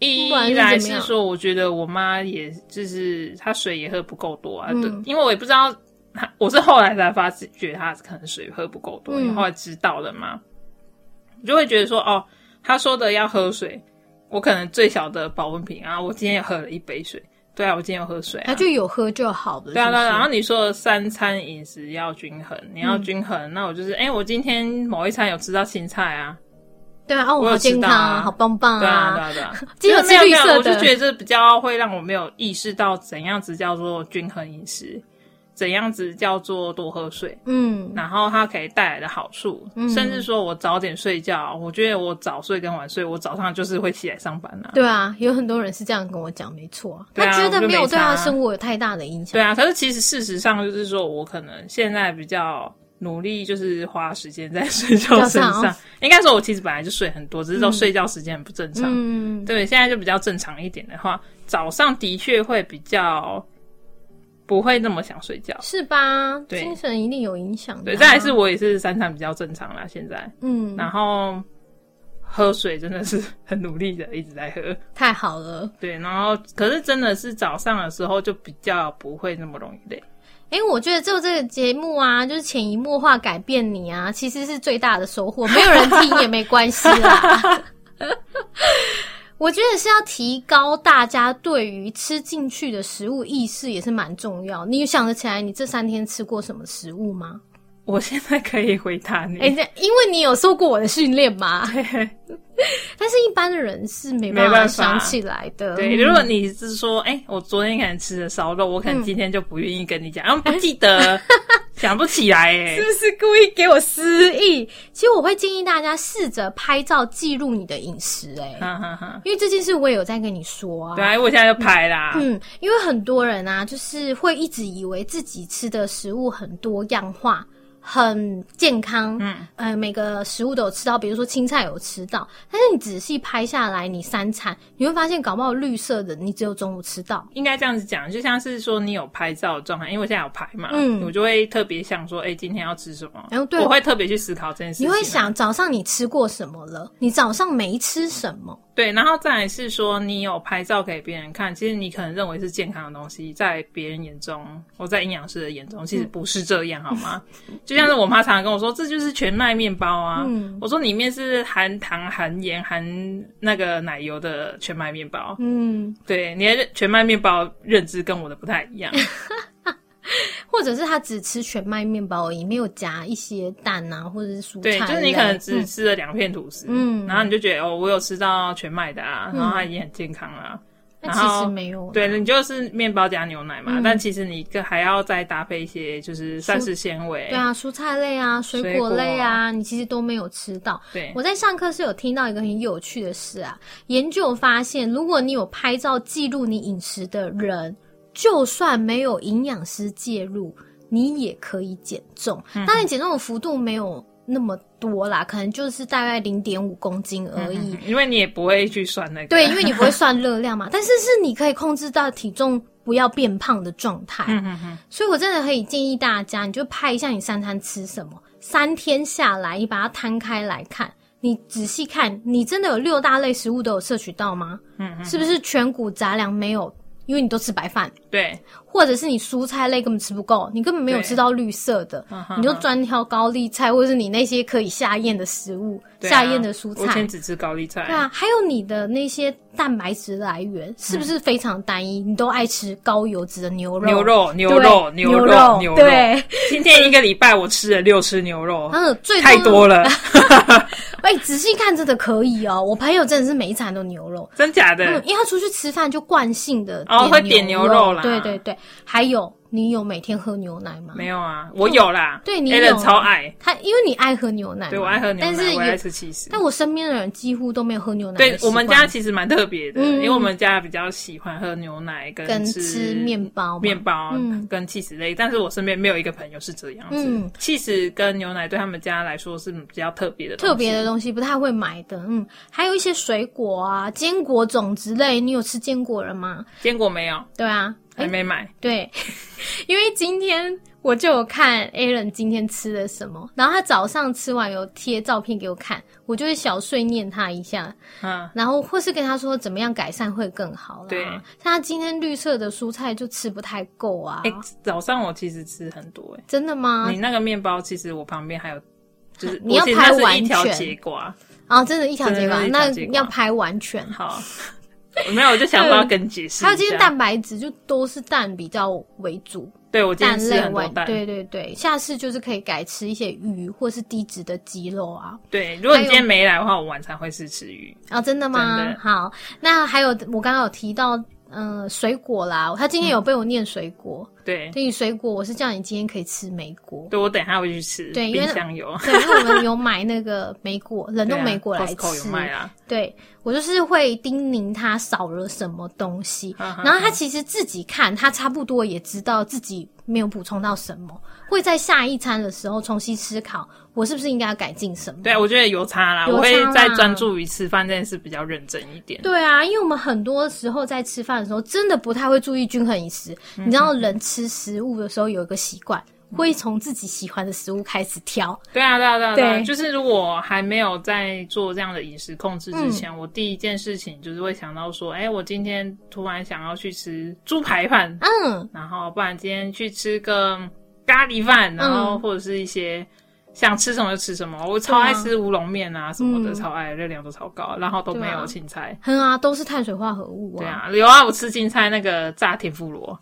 B: 一
A: 不然是怎么
B: 来
A: 样
B: 是说，我觉得我妈也就是她水也喝不够多啊，
A: 嗯
B: 对，因为我也不知道她，我是后来才发觉她可能水喝不够多，
A: 嗯
B: 因为后来知道了嘛，我就会觉得说，哦，她说的要喝水，我可能最小的保温瓶啊，我今天也喝了一杯水，对啊，我今天有喝水
A: 他
B: 啊。
A: 就有喝就好了。
B: 对啊，
A: 是
B: 对
A: 不
B: 啊，
A: 是嗯
B: 然后你说的三餐饮食要均衡，你要均衡，那我就是，哎、我今天某一餐有吃到青菜啊，
A: 对啊，哦，
B: 我有
A: 好
B: 知
A: 健
B: 道
A: 康
B: 啊
A: 啊，好棒棒
B: 对啊，对啊，对啊，
A: 记得吃
B: 没有
A: 绿
B: 没有，
A: 色
B: 我就
A: 的
B: 觉得这比较会让我没有意识到怎样子叫做均衡饮食，怎样子叫做多喝水，
A: 嗯，
B: 然后它可以带来的好处，
A: 嗯
B: 甚至说我早点睡觉，我觉得我早睡跟晚睡，我早上就是会起来上班啊。
A: 对啊，有很多人是这样跟我讲，没错、
B: 对啊
A: 他觉
B: 我就
A: 得没
B: 没
A: 有对他
B: 差啊
A: 生活有太大的影响。
B: 对啊，可是其实事实上就是说我可能现在比较。努力就是花时间在睡觉身
A: 早上哦
B: 上，应该说，我其实本来就睡很多，只是说睡觉时间很不正常。
A: 嗯，
B: 对，现在就比较正常一点的话，早上的确会比较不会那么想睡觉。
A: 是吧？
B: 对
A: 精神一定有影响、啊。
B: 对，再来是我也是三餐比较正常啦，现在，
A: 嗯，
B: 然后喝水真的是很努力的一直在喝。
A: 太好了。
B: 对，然后可是真的是早上的时候就比较不会那么容易累。
A: 哎、我觉得做这个节目啊，就是潜移默化改变你啊，其实是最大的收获。没有人听也没关系 啦。我觉得是要提高大家对于吃进去的食物意识，也是蛮重要。你有想得起来你这三天吃过什么食物吗？
B: 我现在可以回答你，
A: 哎、这因为你有受过我的训练 嘛，但是一般的人是没办
B: 没办
A: 法想
B: 法
A: 起来的。
B: 对，
A: 嗯
B: 如果你是说，哎、我昨天可能吃的烧肉，我可能今天就不愿意跟你讲，然后不记 得，想不起来、哎
A: 哎是，不是故意给我失忆？其实我会建议大家试着拍照记录你的饮食、哎、
B: 哈哈哈。
A: 因为这件事我也有在跟你说
B: 对
A: 啊。
B: 啊，因为我现在就拍啦。
A: 嗯，因为很多人啊，就是会一直以为自己吃的食物很多样化。很健康，
B: 嗯，
A: 呃，每个食物都有吃到，比如说青菜有吃到，但是你仔细拍下来，你三餐你会发现，搞不好绿色的你只有中午吃到，
B: 应该这样子讲，就像是说你有拍照的状态，因为我现在有拍嘛，
A: 嗯
B: 我就会特别想说，哎、今天要吃什么？
A: 哎对
B: 我会特别去思考这件事情、
A: 你会，想早上你吃过什么了，你早上没吃什么，
B: 对，然后再来是说你有拍照给别人看，其实你可能认为是健康的东西，在别人眼中，我在营养师的眼中，
A: 嗯
B: 其实不是这样，好吗？就像是我妈常常跟我说，这就是全麦面包啊，
A: 嗯
B: 我说里面是含糖、含盐、含那个奶油的全麦面包，
A: 嗯，
B: 对，你的全麦面包认知跟我的不太 一样。
A: 或者是他只吃全麦面包而已，没有夹一些蛋啊，或者是蔬菜
B: 对
A: 类，，
B: 就是你可能
A: 嗯
B: 只吃了两片吐司，
A: 嗯
B: 然后你就觉得哦，我有吃到全麦的啊，
A: 嗯
B: 然后它已经很健康了啊。
A: 那
B: 然后
A: 其实没有啦，啊
B: 对，你就是面包加牛奶嘛，
A: 嗯
B: 但其实你更还要再搭配一些就是膳食纤维。
A: 对啊，蔬菜类啊，水
B: 水
A: 果
B: 果
A: 类啊，你其实都没有吃到。
B: 对
A: 我在上课是有听到一个很有趣的事啊，研究发现，如果你有拍照记录你饮食的人，就算没有营养师介入，你也可以减重。当然，减重的幅度没有那么多啦，可能就是大概零点五公斤而已。
B: 嗯因为你也不会去算那个。
A: 对，因为你不会算热量嘛，但是是你可以控制到体重不要变胖的状态。
B: 嗯嗯嗯，
A: 所以我真的可以建议大家，你就拍一下你三餐吃什么，三天下来，你把它摊开来看，你仔细看，你真的有六大类食物都有摄取到吗？
B: 嗯，
A: 是不是全谷杂粮没有？因为你都吃白饭，
B: 对，
A: 或者是你蔬菜类根本吃不够，你根本没有
B: 对
A: 吃到绿色的
B: 嗯，哼
A: 你就专挑高丽菜，或者是你那些可以下咽的食物、
B: 对啊
A: 下咽的蔬
B: 我以
A: 菜。
B: 前只吃高丽菜。
A: 对啊，还有你的那些蛋白质来源
B: 嗯
A: 是不是非常单一？你都爱吃高油脂的牛肉、
B: 牛肉，牛
A: 对
B: 肉，牛
A: 牛
B: 肉，牛肉。
A: 对，
B: 今天一个礼拜我吃了六吃牛肉，
A: 嗯，最
B: 太多
A: 了。
B: 了，
A: 哎、仔细看真的可以哦，我朋友真的是每一餐都牛肉。
B: 真假的？
A: 嗯，因为他出去吃饭就惯性的
B: 哦会点
A: 牛
B: 牛肉啦
A: 对对对，还有你有每天喝牛奶吗？
B: 没有啊，我有啦。
A: 对你
B: a
A: 有
B: l 超爱，
A: 他因为你爱喝牛奶嘛，
B: 对我爱喝牛奶，
A: 但是
B: 我爱
A: 有，
B: 吃起司。
A: 但我身边的人几乎都没有喝牛奶的
B: 对
A: 习惯。
B: 我们家其实蛮特别的，
A: 嗯
B: 因为我们家比较喜欢喝牛奶跟
A: 跟吃
B: 吃
A: 面包嘛
B: 面包
A: 嗯
B: 跟 cheese 类，但是我身边没有一个朋友是这样子
A: 嗯。
B: cheese 跟牛奶对他们家来说是比较特别的东西，
A: 特别的东西不太会买的，嗯，还有一些水果啊、坚果种之类，你有吃坚果了吗？
B: 坚果没有，
A: 对啊，哎
B: 还没买。
A: 对， 因为今天我就有看 Aaron 今天吃了什么，然后他早上吃完有贴照片给我看，我就会小碎念他一下，
B: 嗯，
A: 然后或是跟他说怎么样改善会更好啦。
B: 对
A: 像他今天绿色的蔬菜就吃不太够啊。
B: 哎，早上我其实吃很多，
A: 真的吗
B: 哎，你？那个面包其实我旁边还有。就是
A: 啊你要
B: 我其实它
A: 拍
B: 是
A: 完
B: 一条
A: 全
B: 节瓜，
A: 啊，真的，一条结
B: 真的
A: 瓜，
B: 是一条
A: 那
B: 结瓜
A: 要拍完全。
B: 好，没有，我就想说要跟你解释一下。
A: 嗯还有今天蛋白质就都是蛋比较为主，
B: 对我今
A: 蛋
B: 天吃
A: 类
B: 很多
A: 为
B: 蛋，
A: 对对对，下次就是可以改吃一些鱼或是低脂的鸡肉啊。
B: 对。如果你今
A: 还有
B: 天没来的话，我晚餐会是吃鱼。
A: 啊，真的吗？
B: 真的
A: 好，那还有我刚刚有提到，嗯、水果啦，他今天有被我念水果，
B: 对，
A: 对于水果，我是叫你今天可以吃莓果。
B: 对，我等一下会去吃。
A: 对因为
B: 冰箱有。
A: 对，因为我们有买那个莓果，冷
B: 对
A: 冻
B: 啊
A: 莓果来吃。
B: Costco 有卖啊，
A: 对我就是会叮咛他少了什么东西，
B: 嗯哼
A: 然后他其实自己看，他差不多也知道自己没有补充到什么，会在下一餐的时候重新思考，我是不是应该要改进什么。
B: 对，啊我觉得有差啦，
A: 有
B: 我会
A: 差啦
B: 再专注于吃饭这件事比较认真一点。
A: 对啊，因为我们很多时候在吃饭的时候，真的不太会注意均衡饮食。你知道，人吃食物的时候有一个习惯，会从自己喜欢的食物开始挑。
B: 对啊，对啊，对啊，对啊
A: 对
B: 就是如果还没有在做这样的饮食控制之
A: 嗯
B: 前，我第一件事情就是会想到说，哎，我今天突然想要去吃猪排饭，
A: 嗯，
B: 然后不然今天去吃个咖喱饭，
A: 嗯
B: 然后或者是一些。想吃什么就吃什么，我超爱吃乌龙面啊什么的，
A: 嗯
B: 超爱，热量都超高，然后都没
A: 对啊
B: 有青菜。
A: 哼啊，都是碳水化合物
B: 对
A: 啊。
B: 啊，有啊，我吃青菜那个炸天妇罗，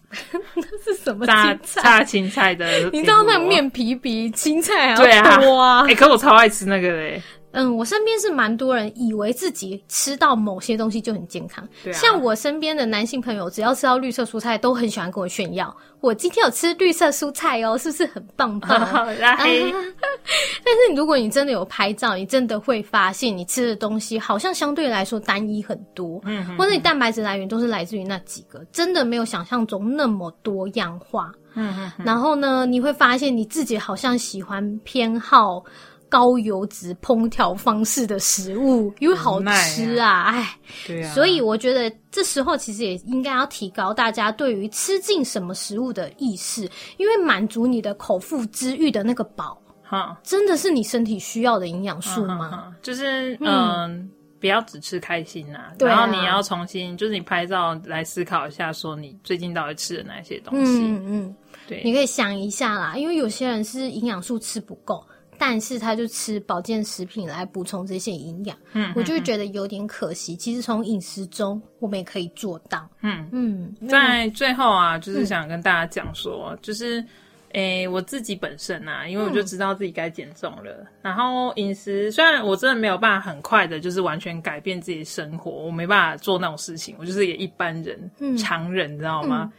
A: 这是什么
B: 炸
A: 青菜？
B: 炸青菜的，
A: 你知道那个面皮比青菜还
B: 对啊
A: 要多啊
B: 哎、？可我超爱吃那个嘞、
A: 嗯，我身边是蛮多人以为自己吃到某些东西就很健康，
B: 对啊
A: 像 我身边的男性朋友，只要吃到绿色蔬菜，都很喜欢跟我炫耀，我今天有吃绿色蔬菜哦，是不是很棒棒？啊
B: 拉黑，
A: 但是如果你真的有拍照，你真的会发现你吃的东西好像相对来说单一很多，
B: 嗯哼
A: 或者你蛋白质来源都是来自于那几个，真的没有想象中那么多样化。
B: 嗯哼，
A: 然后呢，你会发现你自己好像喜欢偏好高油脂烹调方式的食物，因为好吃啊，哎、
B: 对啊，
A: 所以我觉得这时候其实也应该要提高大家对于吃进什么食物的意识，因为满足你的口腹之欲的那个饱，
B: 哈，
A: 真的是你身体需要的营养素
B: 啊哈
A: 吗？
B: 哈啊就是
A: 嗯
B: 嗯。不要只吃开心呐、
A: 对啊
B: 然后你要重新，就是你拍照来思考一下，说你最近到底吃了哪些东西。
A: 嗯嗯，你
B: 对，
A: 可以想一下啦，因为有些人是营养素吃不够。但是他就吃保健食品来补充这些营养，
B: 嗯
A: 我就会觉得有点可惜。其实从饮食中，我们也可以做到。
B: 嗯，
A: 嗯，
B: 在最后啊，就是想跟大家讲说，就是诶、我自己本身啊，因为我
A: 嗯
B: 就知道自己该减重了，然后饮食虽然我真的没有办法很快的，就是完全改变自己的生活，我没办法做那种事情，我就是一个一般人、
A: 嗯
B: 常人，你知道吗？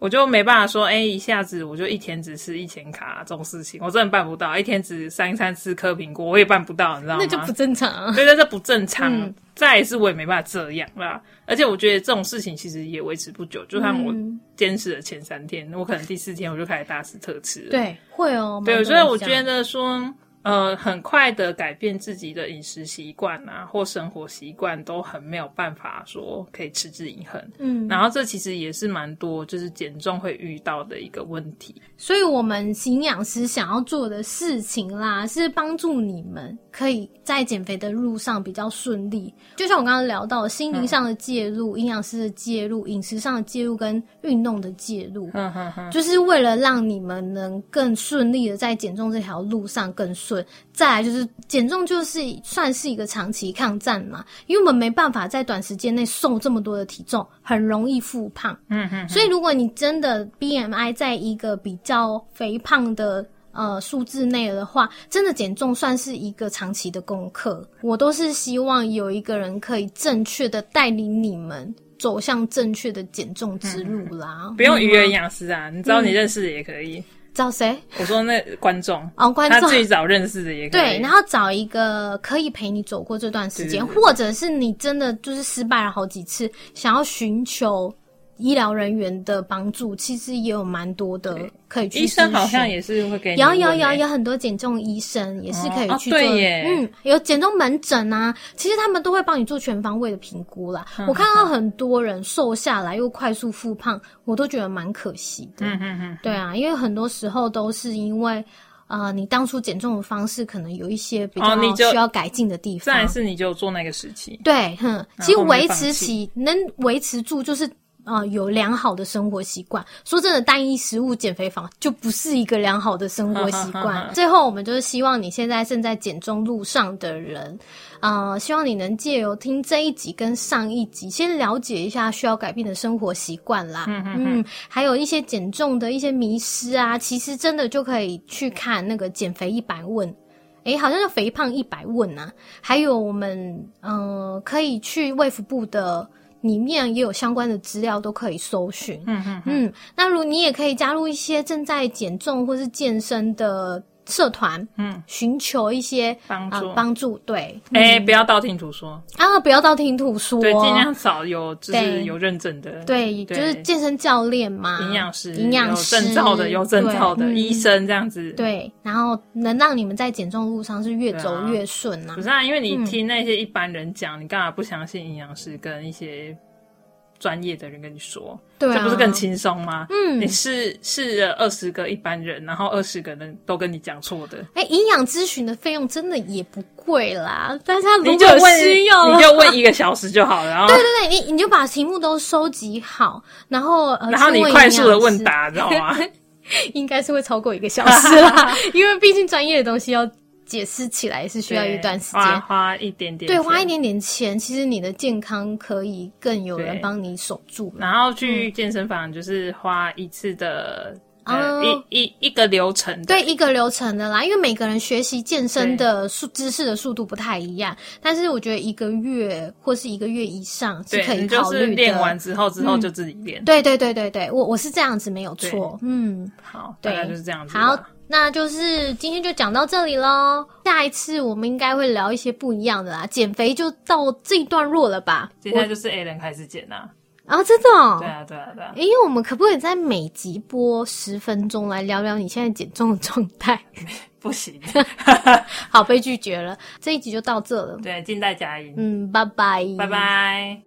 B: 我就没办法说，哎、一下子我就一天只吃一千卡、这种事情，我真的办不到。一天只三餐吃颗苹果，我也办不到，你知道吗？
A: 那就不正常 啊。
B: 所以这不正常。
A: 嗯
B: 再来是我也没办法这样啦，而且我觉得这种事情其实也维持不久，就算我
A: 嗯
B: 坚持的前三天，我可能第四天我就开始大吃特吃了。
A: 对，会哦。
B: 对，
A: 蛮多
B: 所以
A: 人
B: 我
A: 这
B: 觉
A: 样
B: 得说，呃，很快的改变自己的饮食习惯啊，或生活习惯都很没有办法说可以持之以恒。
A: 嗯，
B: 然后这其实也是蛮多就是减重会遇到的一个问题。
A: 所以我们营养师想要做的事情啦，是帮助你们可以在减肥的路上比较顺利。就像我刚刚聊到，心灵上的介入、营养师的介入、饮食上的介入跟运动的介入，
B: 嗯哼哼。
A: 就是为了让你们能更顺利的在减重这条路上更顺。再来就是减重就是算是一个长期抗战嘛，因为我们没办法在短时间内瘦这么多的体重，很容易复胖。
B: 嗯哼，
A: 所以如果你真的 BMI 在一个比较肥胖的。呃，数字内的话，真的减重算是一个长期的功课。我都是希望有一个人可以正确的带领你们走向正确的减重之路啦。
B: 嗯不用语
A: 嗯
B: 言营养师啊，你知道你认识的也可以。
A: 找谁？
B: 我说那观众，
A: 哦，观
B: 他
A: 众。
B: 最早认识的也可以。
A: 对，然后找一个可以陪你走过这段时间，
B: 对对
A: 或者是你真的就是失败了好几次，想要寻求医疗人员的帮助，其实也有蛮多的
B: 对
A: 可以去
B: 医生
A: 咨
B: 好像
A: 询
B: 也是会给你
A: 有
B: 问
A: 有
B: 欸
A: 有有很多减重医生也是可以
B: 哦哦
A: 去做的，
B: 对耶
A: 嗯，有减重门诊啊，其实他们都会帮你做全方位的评估啦。
B: 嗯
A: 我看到很多人瘦下来又快速复胖，我都觉得蛮可惜的。
B: 嗯嗯嗯，
A: 对啊，因为很多时候都是因为。呃，你当初减重的方式可能有一些比
B: 哦你
A: 较
B: 就
A: 需要改进的地
B: 自
A: 方，
B: 然是你就做那个时期，
A: 对，哼，其实
B: 后面
A: 维
B: 放
A: 持
B: 弃
A: 起能维持住，就是呃有良好的生活习惯。说真的，单一食物减肥法就不是一个良好的生活习惯。最后，我们就是希望你现在正在减重路上的人，呃，希望你能借由听这一集跟上一集，先了解一下需要改变的生活习惯啦。嗯嗯，还有一些减重的一些迷失啊，其实真的就可以去看那个《减肥一百问》。诶，好像叫肥胖一百问啊，还有我们嗯、呃可以去卫福部的里面也有相关的资料，都可以搜寻。
B: 嗯嗯
A: 嗯，那如你也可以加入一些正在减重或是健身的社团，
B: 嗯，
A: 寻求一些
B: 帮
A: 啊
B: 助。
A: 帮、助。对，
B: 哎、不要道听途说，
A: 啊，不要道听途说，
B: 对，尽量找有就
A: 对
B: 是有认证的，
A: 对，
B: 对
A: 就是健身教练嘛，
B: 营养师、
A: 营养
B: 有
A: 师
B: 证照的、有证照的、
A: 对嗯
B: 医生这样子。，
A: 对，然后能让你们在减重路上是越走
B: 对啊
A: 越顺啊
B: 不。是啊，因为你听那些一般人讲，你干嘛不相信营养师跟一些专业的人跟你说？
A: 对啊，
B: 这不是更轻松吗？
A: 嗯
B: 你试试了二十个一般人，然后二十个人都跟你讲错的，
A: 哎，营养咨询的费用真的也不贵啦，大家如
B: 你
A: 果
B: 就
A: 有
B: 问
A: 需要的
B: 你
A: 话，
B: 就问一个小时就好了，然后
A: 对对，你你就把题目都收集好，然后呃，
B: 然后你
A: 去
B: 快速的
A: 营养师
B: 问，答，知道吗？
A: 应该是会超过一个小时 啦，因为毕竟专业的东西要解释起来是 需要一段时
B: 花
A: 间。
B: 花一点点，
A: 对，花一。点点钱，其实你的健康可以更有人
B: 对
A: 帮你守住啦。
B: 然后去健身房就是花一次的呃
A: 哦
B: 一一一个流程的
A: 对一个流程的啦，因为每个人学习健身的速知识的速度不太一样，但是我觉得一个月或是一个月以上是可
B: 对，
A: 以
B: 你就
A: 考
B: 是
A: 虑的。嗯
B: 练完之后，之后就自己练。
A: 对对对对对，我我是这样子没有错
B: 对，
A: 嗯，
B: 好，大
A: 对
B: 概就是这样子吧。
A: 好，那就是今天就讲到这里喽。下一次我们应该会聊一些不一样的啦，减肥就到这一段落了吧？
B: 接下来就是 A 人开始剪啦。
A: 啊，真的哦
B: 对。啊，对啊，对啊。
A: 诶，我们可不可以在每集播十分钟来聊聊你现在减重的状态？
B: 不行，
A: 好，被拒绝了，这一集就到这了。
B: 对，静待佳音。
A: 嗯，拜拜，
B: 拜。拜。